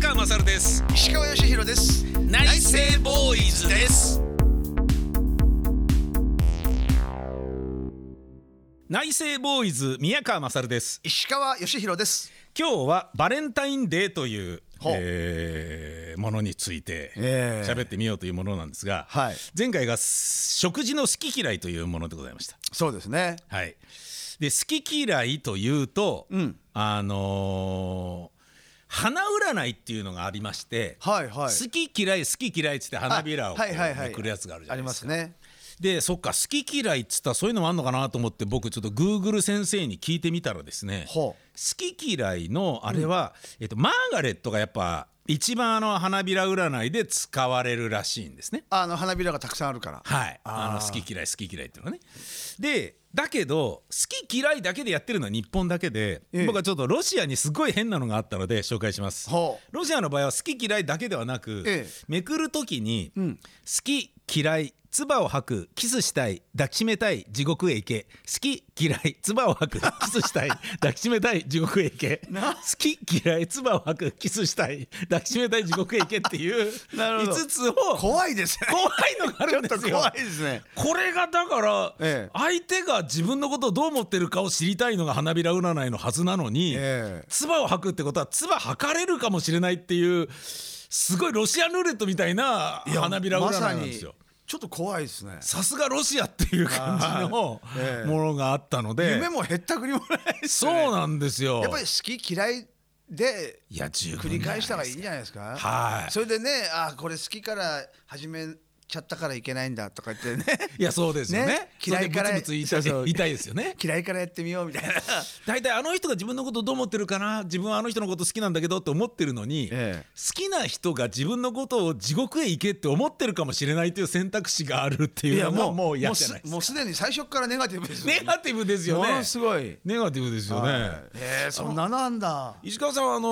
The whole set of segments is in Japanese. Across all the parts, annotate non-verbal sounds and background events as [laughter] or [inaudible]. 川勝です石川義弘です内政ボーイズです内政ボーイズ宮川勝です石川義弘です今日はバレンタインデーという、ほうえーものについてええ喋ってみようというものなんですが、はい前回が食事の好き嫌いというものでございましたそうですねはい、で好き嫌いというと、あのー花占いっていうのがありまして、はいはい好き嫌い好き嫌いっつって花びらをこうはいはいはいめくるやつがあるじゃあなりいでますすか。ねでそっか好き嫌いっつったらそういうのもあんのかなと思って僕ちょっとグーグル先生に聞いてみたらですね好ほき嫌いのあれは、えっと、マーガレットがやっぱ一番あの花びら占いで使われるらしいんですね。あの花びらがたくさんあるからはい、あーあの好き嫌い好き嫌いっていうのはねでだけど好き嫌いだけでやってるのは日本だけで、ええ僕はちょっとロシアにすごい変なのがあったので紹介しますほうロシアの場合は好き嫌いだけではなく、ええめくる時に、ん好き嫌い唾を吐くキスしたい抱きしめたい地獄へ行け好き嫌い唾を吐くキス [laughs] したい抱きしめたい地獄へ行け好き嫌い唾を吐くキスしたい抱きしめたい地獄へ行けっていう [laughs] なるほど5つを怖いですね怖いのがあるんでちょっすとよ怖い。ですねこれがだから、ええ相手が自分のことをどう思ってるかを知りたいのが花びら占いのはずなのに、ええ唾を吐くってことは唾吐かれるかもしれないっていうすごいロシアンルーレットみたいないや花びら占いなんですよま。さにちょっと怖いですねさすがロシアっていう感じのはいええものがあったので、夢もへったくりもないですそよねうなんですよ。やっぱり好き嫌いでいや十分繰り返したらいいんじゃないですかはいそれでねあこれ好きから始めちゃったからいけないんだとか言って [laughs] ねいやそうですよね。ね嫌いからそれでブツブツ言いたいそうそう言いたいですよね。嫌いからやってみようみたいな大体あの人が自分のことどう思ってるかな自分はあの人のこと好きなんだけどって思ってるのに、ええ好きな人が自分のことを地獄へ行けって思ってるかもしれないという選択肢があるっていうのももう嫌じゃないですもうすもうすでに最初からネガティブですよネねガティブですよもねのすごいネガティブですよねはいえー、そんななんだ石川さんはあの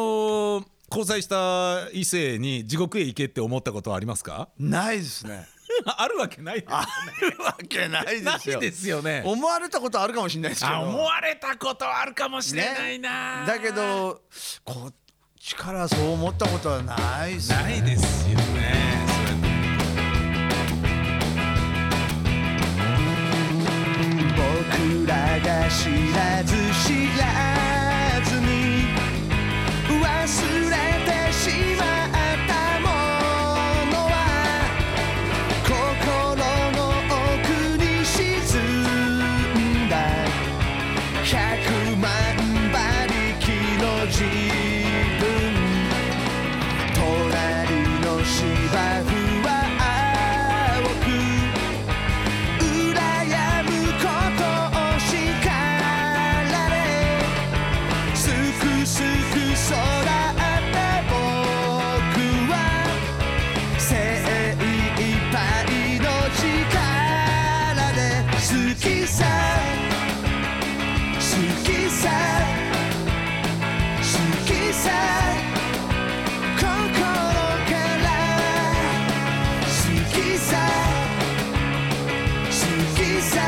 ー交際した異性に地獄へ行けって思ったことはありますか [laughs] ないですねあるわけないですあるわけないですなよいですよね思われたことあるかもしれないですけどあ思われたことはあるかもしれないな、だけどこっちからそう思ったことはないですねないですよねそれ僕らが知らず知らずに忘れてしまったものは心の奥に沈んだ100万馬力の自分隣の芝生は青く羨むことを叱られすくすく育った僕は精一杯の力で好きさ好きさ好きさ心から好きさ好きさ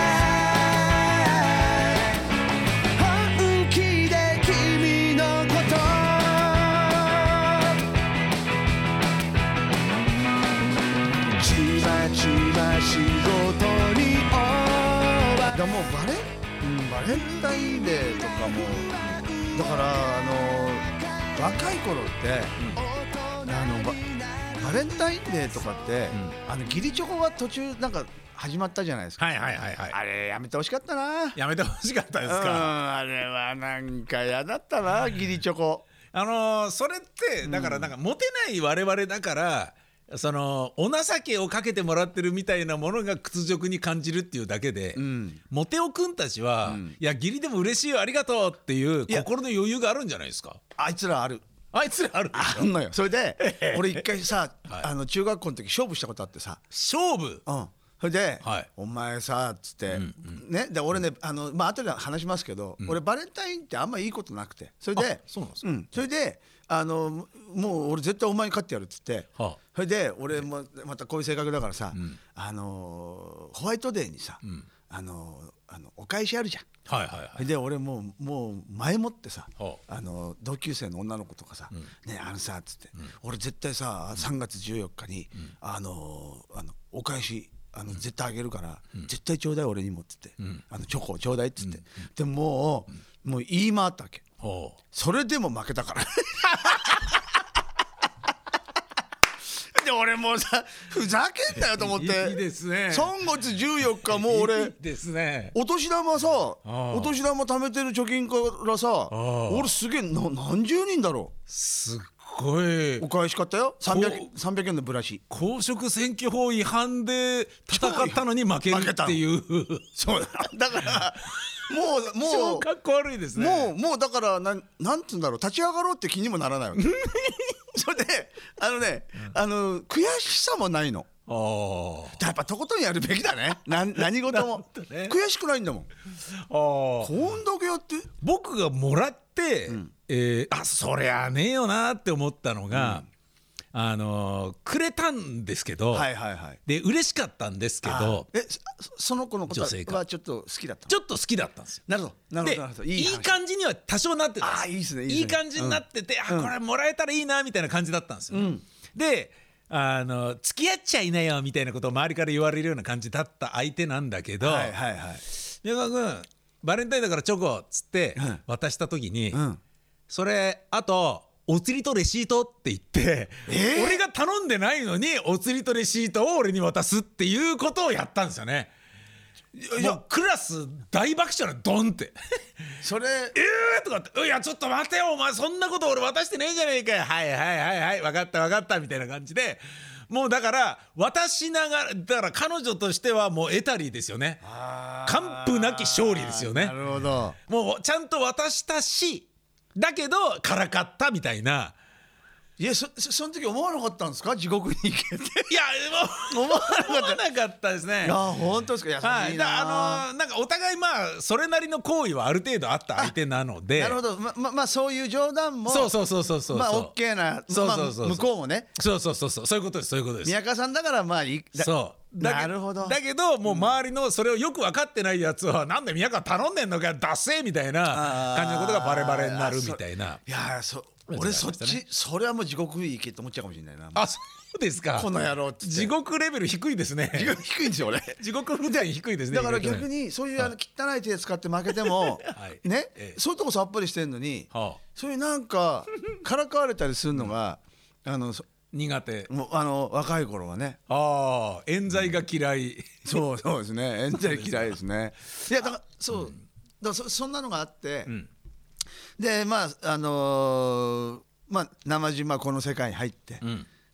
本気で君のことちまちま仕事に追わだもうバレ,、うん、バレンタインデーとかもだからあの若い頃って、あのババレンタインデーとかって、あの義理チョコが途中なんか始まったじゃないですか、はいはいはいはいあれやめてほしかったなやめてほしかったですうんか。あれはなんか嫌だったな義理チョコあのーそれってだからなんかモテない我々だから、そのお情けをかけてもらってるみたいなものが屈辱に感じるっていうだけで、んモテおくんたちは、いや義理でも嬉しいよありがとうっていういや心の余裕があるんじゃないですか。あいつらあるあいつらあるでしあょんのよそれで [laughs] 俺一回さ、はいあの中学校の時勝負したことあってさ勝負うんそれで、はいお前さ」っつって、ねで俺ねあのまあ後で話しますけど、俺バレンタインってあんまいいことなくてそれであそうなんですかそれであのももう俺絶対お前に勝ってやるっつって、はあそれで俺もまたこういう性格だからさ、あのーホワイトデーにさ、あのーあのお返しあるじゃんはいはいはいで俺もうもう前もってさほあの同級生の女の子とかさ「ねえあのさ」っつって俺絶対さ3月14日にあのあのお返しあの絶対あげるから絶対ちょうだい俺にもっつってあのチョコをちょうだいっつってでもうもう言い回ったわけほうそれでも負けたから [laughs] で俺もうさふざけんなよと思っていいですね3月14日もういい俺ですねお年玉さあお年玉貯めてる貯金からさあ俺すげえな何十人だろすっごいうお返し買ったよ 300, 300円のブラシ公職選挙法違反で戦ったのに負ける負けったていうそう [laughs] だだからもうも超うかっこ悪いですねもうもうだからなんなんつうんだろう立ち上がろうって気にもならないわけ [laughs] それであのね、あの悔しさもないのあやっぱとことんやるべきだねな [laughs] 何事も、なるほどね悔しくないんだもあんああこんだけやって僕がもらって、えーあそりゃねえよなって思ったのが、あのーくれたんですけど、はいはいはいで嬉しかったんですけあどえそその子のこと女性かはちょっと好きだったのちょっと好きだったんですよ。なるほどなるほでどなるほどいい話感じには多少なってたんあーいいですねいいですねいい感じになってて、あこれもらえたらいいなみたいな感じだったんですよね、であの付き合っちゃいなよみたいなことを周りから言われるような感じだった相手なんだけど、はいはいはい宮川君バレンタインだからチョコっつってうん渡した時に、うんそれあとお釣りとレシートって言って、えー俺が頼んでないのにお釣りとレシートを俺に渡すっていうことをやったんですよね。いやクラス大爆笑なドンって [laughs] そ「れえー!」とかって「いやちょっと待てよお前そんなこと俺渡してねえじゃねえかよはいはいはいはい分かった分かった」みたいな感じでもうだから渡しながらだから彼女としてはもう得たりですよね。完膚なき勝利ですよねなるほどもうちゃんと渡したしだけどからかったみたい [laughs] ないやそそその時思わなかったんですか地獄に行けっていやもう [laughs] 思わ思わなかったですねいや本当ですか優しいな、はい、だあのーなんかお互いまあそれなりの行為はある程度あった相手なのでなるほどまままあそういう冗談もそうそうそうそうそうまあそう OK なそうそうそうまあ、向こうもねそうそうそうそうそういうことですそういうことです宮川さんだからまあいいだそうだけなるほどだけどもう周りのそれをよく分かってないやつはなんで宮川頼んでんのかよダッセーみたいな感じのことがバレバレになるみたいないやーそん俺そあっりまちそれはもう地獄に行けって思っちゃうかもしれないなあそうですかこの野郎っつって地獄レベル低いですね地獄低いんですよ俺地獄普段低いですねだから意外と逆ねにそういうあの汚い手使って負けても、 [laughs] はいね、ええそういうとこさっぱりしてんのに、はあそういうなんかからかわれたりするのが、あのそ苦手もうあの若い頃はねああ冤罪が嫌い、 [laughs] そうそうですね冤罪嫌いですねいやだからそう、だからそそんなのがあって、でまああのーまあ生島この世界に入って、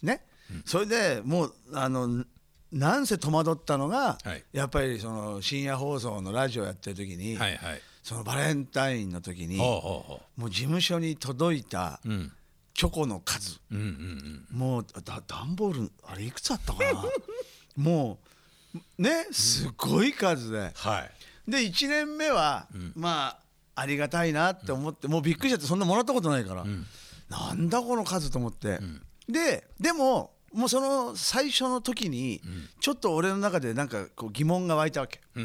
ね、それでもうあのなんせ戸惑ったのが、はいやっぱりその深夜放送のラジオやってる時に、はいはいそのバレンタインの時に [laughs] ほうもほうほう事務所に届いたううんチョコの数うんうんうんもうだ段ボールあれいくつあったかな [laughs] もうねすごい数ではいで1年目はまあありがたいなって思ってもうびっくりしちゃってそんなもらったことないからなんだこの数と思ってででももうその最初の時にちょっと俺の中でなんかこう疑問が湧いたわけうん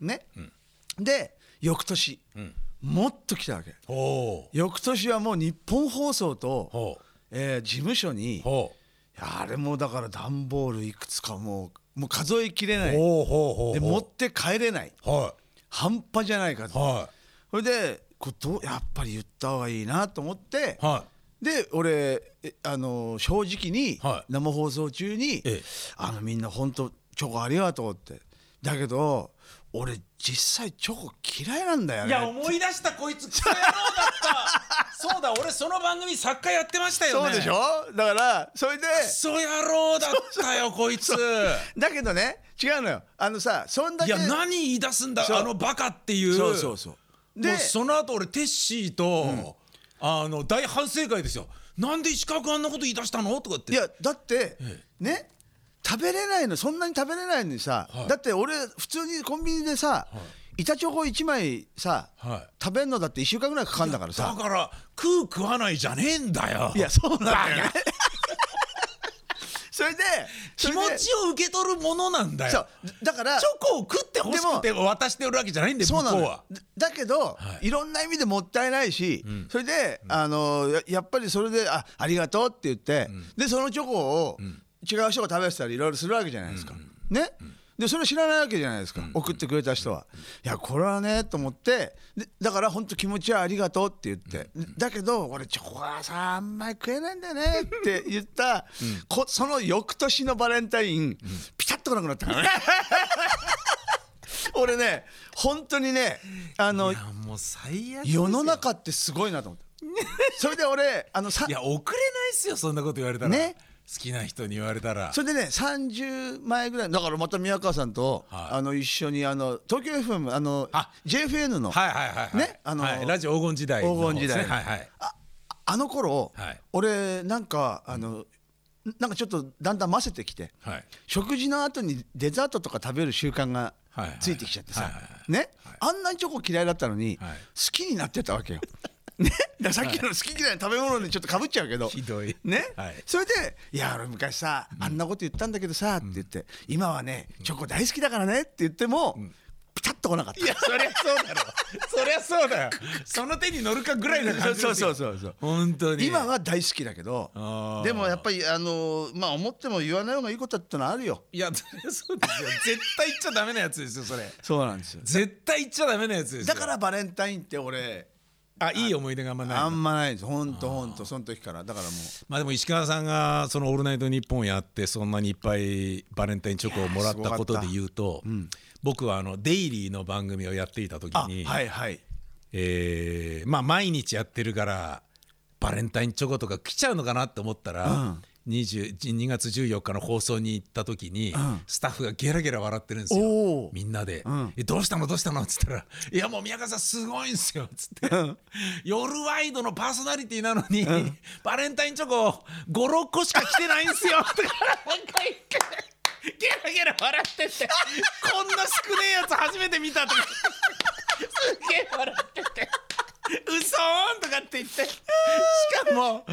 うんねで翌年うんもっと来たわけほう翌年はもう日本放送と、ほうえー事務所にほあれもだから段ボールいくつかもうもう数えきれなういほうほうほうで持って帰れないは半端じゃない数いはそれでこうどうやっぱり言った方がいいなと思っていはで俺えあのー正直にはい生放送中えにえ「あのみんな本当チョコありがとう」ってだけど俺実際チョコ嫌いなんだいよねいや思い出したこいつクソ野郎だった [laughs] そうだ俺その番組作家やってましたよそねうでしょだからそれでクソ野郎だったよこいつだけどね違うのよあのさそんだいけや何言い出すんだそうあのバカっていうそうそうそうででその後俺テッシーと、あの大反省会ですよなんで石川君あんなこと言い出したのとかっていやだって、えね食べれないのそんなに食べれないのにさ、はいだって俺普通にコンビニでさ、板チョコ1枚さ、は食べんのだって1週間ぐらいかかるんだからださから食う食わないじゃねえんだよいやそうなんだよね [laughs] それで気持ちを受け取るものなんだそうよだからチョコを食ってほしくて渡してるわけじゃないんで向そうなこのうよはだだけはど、、いろんな意味でもったいないし、それで、あのややっぱりそれで「あありがとう」って言って、でそのチョコを違う人が食べてたりいろいろするわけじゃないですか。ねでそれを知らないわけじゃないですか、送ってくれた人は、いやこれはねと思ってでだから本当気持ちはありがとうって言って、だけど俺チョコはさあんまり食えないんだよね [laughs] って言った、こその翌年のバレンタイン、ピタッと来なくなったからね俺ね本当にねあのいやもう最悪ですよ世の中ってすごいなと思 [laughs] ってそれで俺あのさいや遅れないっすよそんなこと言われたら、ね好きな人に言われたらそれでね30前ぐらいだからまた宮川さんと、はいあの一緒にあの東京 FM あのあ JFN の、はいはいはいはいねあのはいラジオ黄金時代の方黄金時代ですねはいはいああの頃、はい俺なんかあの、なんかちょっとだんだん混ぜてきてはい食事の後にデザートとか食べる習慣がはいはいついてきちゃってさ、はいはいはいね、あんなにチョコ嫌いだったのに、はい好きになってたわけよ。 [laughs] ね、だからさっきの好き嫌いの食べ物にちょっとかぶっちゃうけどひどいねはいそれで「いや俺昔さあんなこと言ったんだけどさ」って言って「今はねチョコ大好きだからね」って言っても、ピタッと来なかった。いやそりゃそうだろそりゃそうだよその手に乗るかぐらいな感じそうそうそうそう本当に今は大好きだけどあーでもやっぱりあのまあ思っても言わない方がいいことってのはあるよいやそりゃそうですよ絶対言っちゃダメなやつですよそれそうなんですよ絶対言っちゃダメなやつですだよからバレンタインって俺あいい思い出があんまないあんまないですほんとほんとその時からだからもうまあでも石川さんがその「オールナイトニッポン」やってそんなにいっぱいバレンタインチョコをもらったことで言うと、僕はあのデイリーの番組をやっていた時あに、はいはいえーまあ毎日やってるからバレンタインチョコとか来ちゃうのかなって思ったら、うん20 2月14日の放送に行った時に、んスタッフがゲラゲラ笑ってるんですよおーみんなで、んえどうしたのどうしたの?」っつったら「いやもう宮川さんすごいんすよ」っつって「夜ワイドのパーソナリティなのに、バレンタインチョコ56個しか来てないんすよ」とかなんか言ってゲラゲラ笑ってて「こんな少ねえやつ初めて見た」とか。すげえ笑ってて。嘘ーんとかって言ってしかも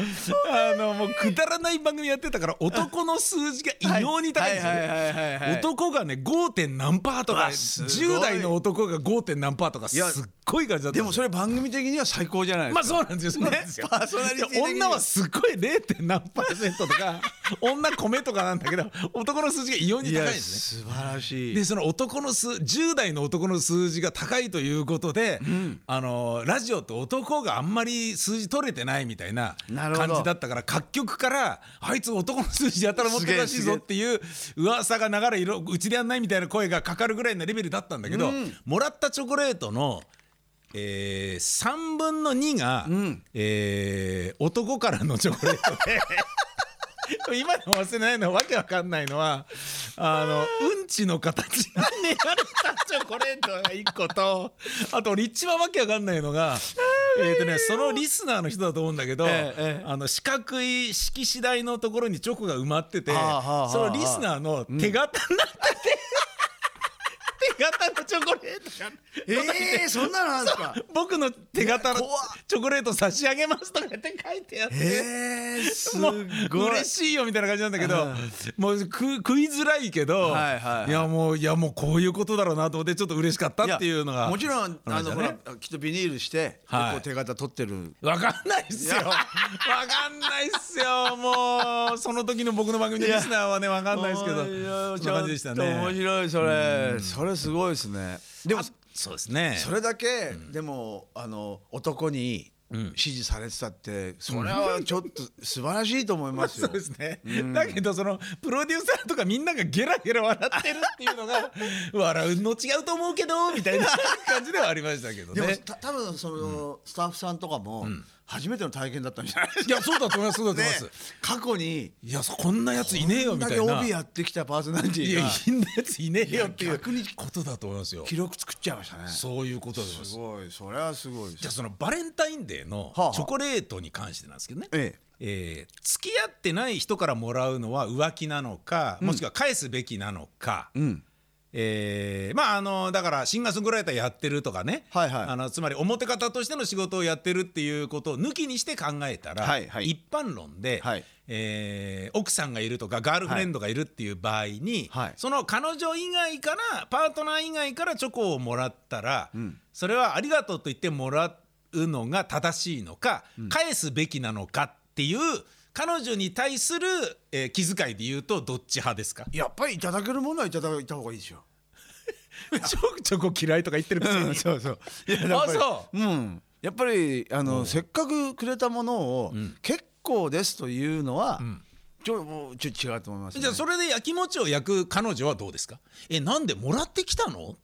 あのもうくだらない番組やってたから男の数字が異様に高いんですよはいはいはいはいはいはい男がね 5. 点何パーとかわすごい10代の男が 5. 点何パーとかすっやごい感じだったでもそれ番組的には最高じゃないまであすそうなんですよそうなんですよ、ねパーソナリティ的にはで女はすっごい 0. 点何パーセントとか [laughs] 女米とかなんだけど男の数字が異様にい高いんやですね素晴らしいでその男の数10代の男の数字が高いということで、あのラジオって男があんまり数字取れてないみたいななるほど感じだったから各局からあいつ男の数字やたら持ってるらしいぞっていう噂が流れいろうちでやんないみたいな声がかかるぐらいのレベルだったんだけど、もらったチョコレートの。えー、3分の2が、えー男からのチョコレートで [laughs] 今でも忘れないのはわけわかんないのはあのうんちの形が練られたチョコレートが1個と [laughs] あと俺一番わけわかんないのが。えーとね、そのリスナーの人だと思うんだけど、ええええあの四角い色紙台のところにチョコが埋まってて、はあはあはあそのリスナーの手形になってて、手形のチョコレートがえー、そんなのあるんですか僕の手形の怖っチョコレート差し上げますとかって書いてあって。えー、すもごいう嬉しいよみたいな感じなんだけうどんもう食食いづらいけど、はいはいはいやもういやもうこういうことだろうなと思ってちょっと嬉しかったっていうのがやもちろんああののほほららきっとビニールして、はい結構手形取ってるわかんないっすよわかんないっすよもうその時の僕の番組のリスナーはねわかんないですけどおいおいそんな感じでしたちょっと面ね白いそれそれすごいですねでもあそうですねそれだけ、でもあの男に支持されてたって、それはちょっと素晴らしいと思います [laughs] そよう。ですね、だけどそのプロデューサーとかみんながゲラゲラ笑ってるっていうのが笑うの違うと思うけどみたいな感じではありましたけどでもねた多分その、スタッフさんとかも、初めての体験だったんじゃないですいやそうだと思いますそうだと思いかねます、過去にいやそこんなやついねえよこんみだたけいな帯やってきたパーソナリテいィやがいんなやついねえよっていう逆にことだと思いますよ記録作っちゃいましたね。すそういうことだと思いますごいそれはすごいです。じゃあそのバレンタインデーのはあはあチョコレートに関してなんですけどね、えええー付き合ってない人からもらうのは浮気なのか、もしくは返すべきなのか、うんええーまああのだからシンガーソングライターやってるとかね、はいはいあのつまり表方としての仕事をやってるっていうことを抜きにして考えたら、はいはい一般論で、はいえー奥さんがいるとかガールフレンドがいるっていう場合に、はいその彼女以外からパートナー以外からチョコをもらったら、んそれはありがとうと言ってもらうのが正しいのか、返すべきなのかっていう彼女に対する、えー気遣いで言うとどっち派ですかやっぱりいただけるものはいただいた方がいいでしょ。 [laughs] チョチョコ嫌いとか言ってるくせに、そうそう。。あそう [laughs] うん。やっぱりあのせっかくくれたものを、結構ですというのは、ちょもうちょっと違うと思います、ね。じゃあそれでやきもちを焼く彼女はどうですかえなんでもらってきたの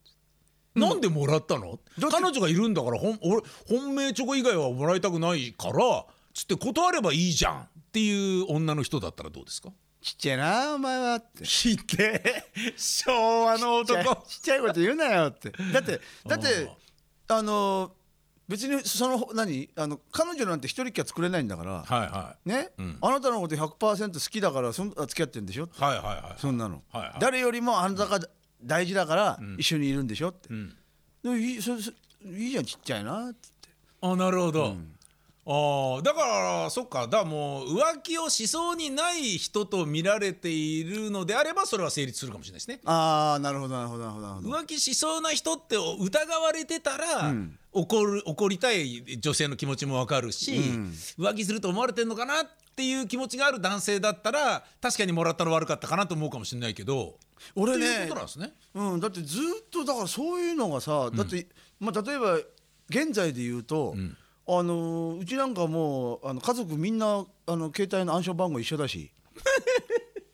なんでもらったの、だって彼女がいるんだからほん俺本命チョコ以外はもらいたくないからつって断ればいいじゃんっていう女の人だったらどうですかちっちゃいなお前はって。ひでえ昭和のちっちゃいちっちゃいこと言うなよってだって [laughs] だってあのー別にその何あの彼女なんて一人っきゃ作れないんだから、はいはね、あなたのこと100%好きだからそんあ付き合ってんでしょいはいはいはいそんなの、はいはい誰よりもあなたが大事だから一緒にいるんでしょって、んでもいいそそいいじゃんちっちゃいなってあなるほど、ああだからそっかだからもう浮気をしそうにない人と見られているのであればそれは成立するかもしれないですねああなるほどなるほどなるほどなるほど浮気しそうな人って疑われてたら、怒る怒りたい女性の気持ちも分かるし、浮気すると思われてんのかなっていう気持ちがある男性だったら確かにもらったの悪かったかなと思うかもしれないけど俺ねっていうことなんですね。うん、だってずっとだからそういうのがさだって、まあ、例えば現在で言うと、あのーうちなんかもうあの家族みんなあの携帯の暗証番号一緒 [laughs] だし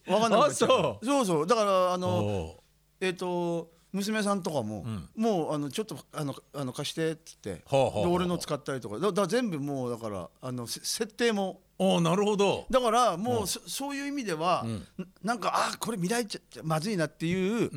わかんなくなっちゃあそうそうそうだからあのおうえっ、と娘さんとかも、もうあのちょっとあのあの貸してっつって、ほうほうほうで俺の使ったりとかだだから全部もうだからあのせ設定もおうなるほどだからもうそ,、そういう意味では、ななんかあーこれ見られちゃまずいなっていう、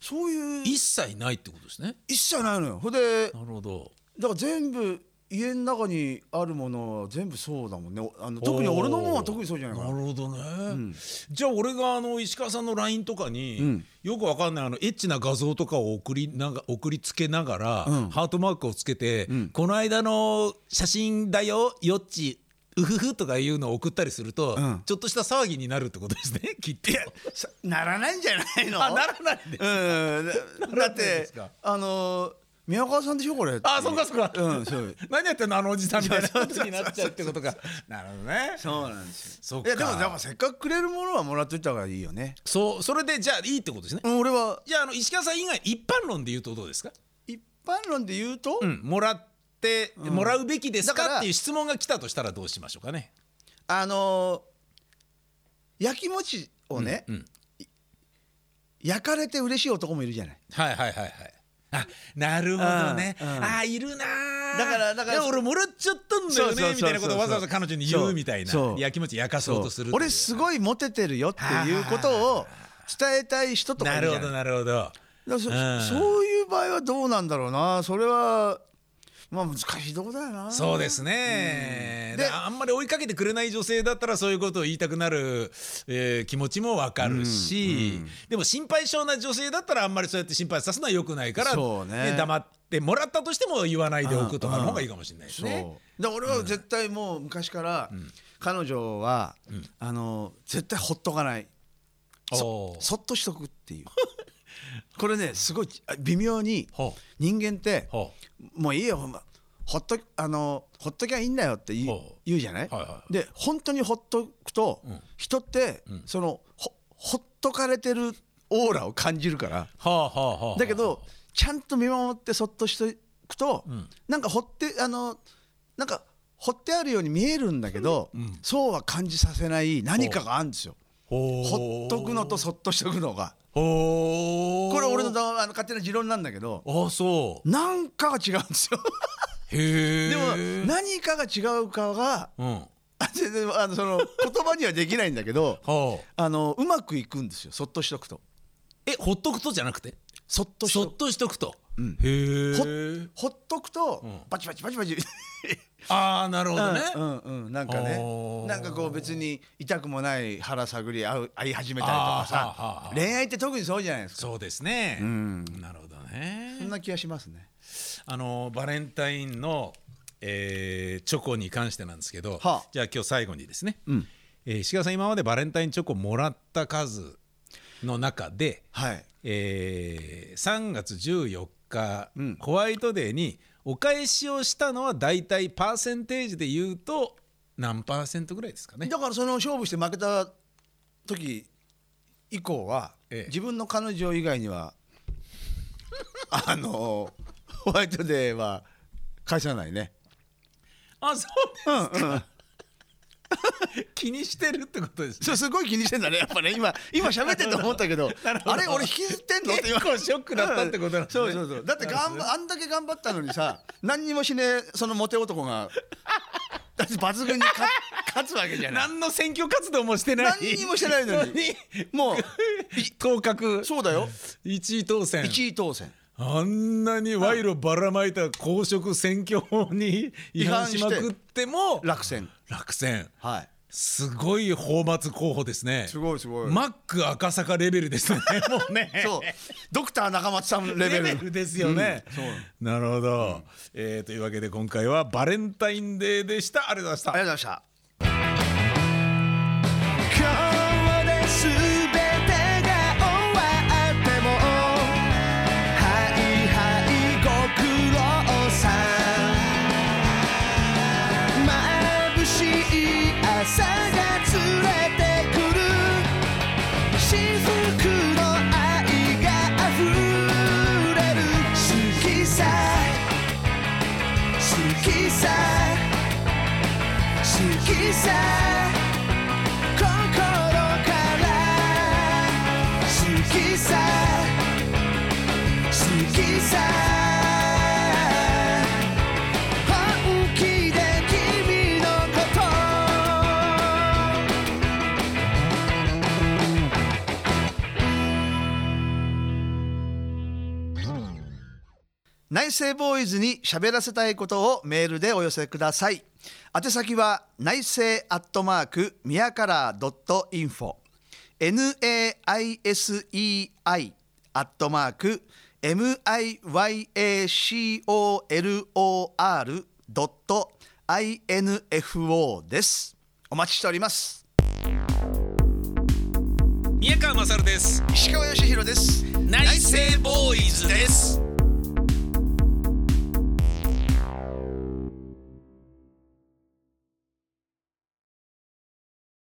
そういう一切ないってことですね。一切ないのよほんでだかなるほどら全部家の中にあるものは全部そうだもんねおあの特に俺のものは特にそうじゃないかななるほどね、じゃあ俺があの石川さんの LINE とかに、よくわかんないあのエッチな画像とかを送りなが送りつけながら、ハートマークをつけて、この間の写真だよよっちうふふとかいうのを送ったりすると、んちょっとした騒ぎになるってことですね [laughs] きっと。さならないんじゃないのあならないでうんだだらっ [laughs] ないですてかあのー宮川さんでしょこれあそうかそうか、うんそう何やってんのあのおじさんみたいなことに [laughs] なっちゃうってことかなるほどねそうなんですよ [laughs] そっいかやでもやっぱせっかくくれるものはもらっといた方がいいよねそうそれでじゃあいいってことですね、うん俺はじゃああの石川さん以外一般論で言うとどうですか一般論で言うと、うん、もらって、もらうべきですだかからっていう質問が来たとしたらどうしましょうかね。あのー焼きもちをね、うんうんい焼かれて嬉しい男もいるじゃないはいはいはいはい。あ、なるほどね。うんうんあー、いるなー。だからだからいや俺もらっちゃったんだよそうそうそうねそうみたいなことをわざわざ彼女に言そううみたいなそう。いや気持ち焼かそうとするっていう。俺すごいモテてるよっていうことを伝えたい人とかないるるじほゃなどいなるほど。だからそうんそういう場合はどうなんだろうなそれはまあ難しいとこだよなそうですねう。んでであんまり追いかけてくれない女性だったらそういうことを言いたくなる、えー気持ちもわかるし、でも心配性な女性だったらあんまりそうやって心配さすのは良くないから、そうねね黙ってもらったとしても言わないでおくとかの方がいいかもしれないですそうね。で俺は絶対もう昔から彼女は、あの絶対ほっとかないおーそっとしとくっていうこれねすごいあ微妙にほ人間ってうほもういいよほんまほっとあのほっときゃいいんだよって言うほう言うじゃない、はいはいで本当にほっとくと、ん人って、そのほほっとかれてるオーラを感じるからうはあはあはあだけどちゃんと見守ってそっとしておくと、なんかほってあのなんかほってあるように見えるんだけど、そうは感じさせない何かがあるんですよ。ほほっとくのとそっとしておくのがほうこれ俺のだあの勝手な持論なんだけどあそうなんかが違うんですよ。へえでも何かが違うかがうんはあ全然あのその [laughs] 言葉にはできないんだけどああのうまくいくんですよそっとしとくとえほっとくとじゃなくてそっとしそっとくとしとくと、へえほっとくとんバチバチバチバチああなるほどね、 [laughs] うんうんうんなんかおねーなんかこう別に痛くもない腹探り合う会い始めたりとかあーはあはあはさあ恋愛って特にそうじゃないですかそうですね、んなるほどねそんな気がしますねあのバレンタインの、えーチョコに関してなんですけど、はあじゃあ今日最後にですね、んえー石川さん今までバレンタインチョコもらった数の中で、はいえー3月14日、うんホワイトデーにお返しをしたのは大体パーセンテージで言うと何パーセントぐらいですかねだからその勝負して負けた時以降は、ええ自分の彼女以外 [laughs] にはあのホワイトデーは返さないね。あそうですうんうん、気にしてるってことですね [laughs] そうすごい気にしてんだねやっぱね今今喋ってて思ったけ [laughs] どあれ俺引きずってんのって今結構ショックだったってことなんですねそうそうそうだってがんあんだけ頑張ったのにさ何にもしねえそのモテ [laughs] 男がだって抜群に勝勝つわけじゃない何の選挙活動もしてない [laughs] 何にもしてないのに [laughs] もう当確そうだよ一位当選1位当選。あんなに賄賂ばらまいた公職選挙法 [laughs] に違反しまくっても落選落選はいすごい泡沫候補ですねすごいすごい、マック赤坂レベル [laughs] ですねもうねそうドクター中松さんレレベベルルですよね、うんそうなるほど、えーというわけで今回はバレンタインデーでしたありがとうございましたありがとうございました今日で全てが終わってもはいはいご苦労さん眩しい朝が連れてくる幸福の愛が溢れる好きさ好きさ好きさ心から好きさ好きさ本気で君のこと内政ボーイズに喋らせたいことをメールでお寄せください宛先は内政アットマークミヤカラードットインフォ NAISEI アットマーク MIYACOLOR ドット INFO ですお待ちしております宮川勝です石川義弘です内政ボーイズです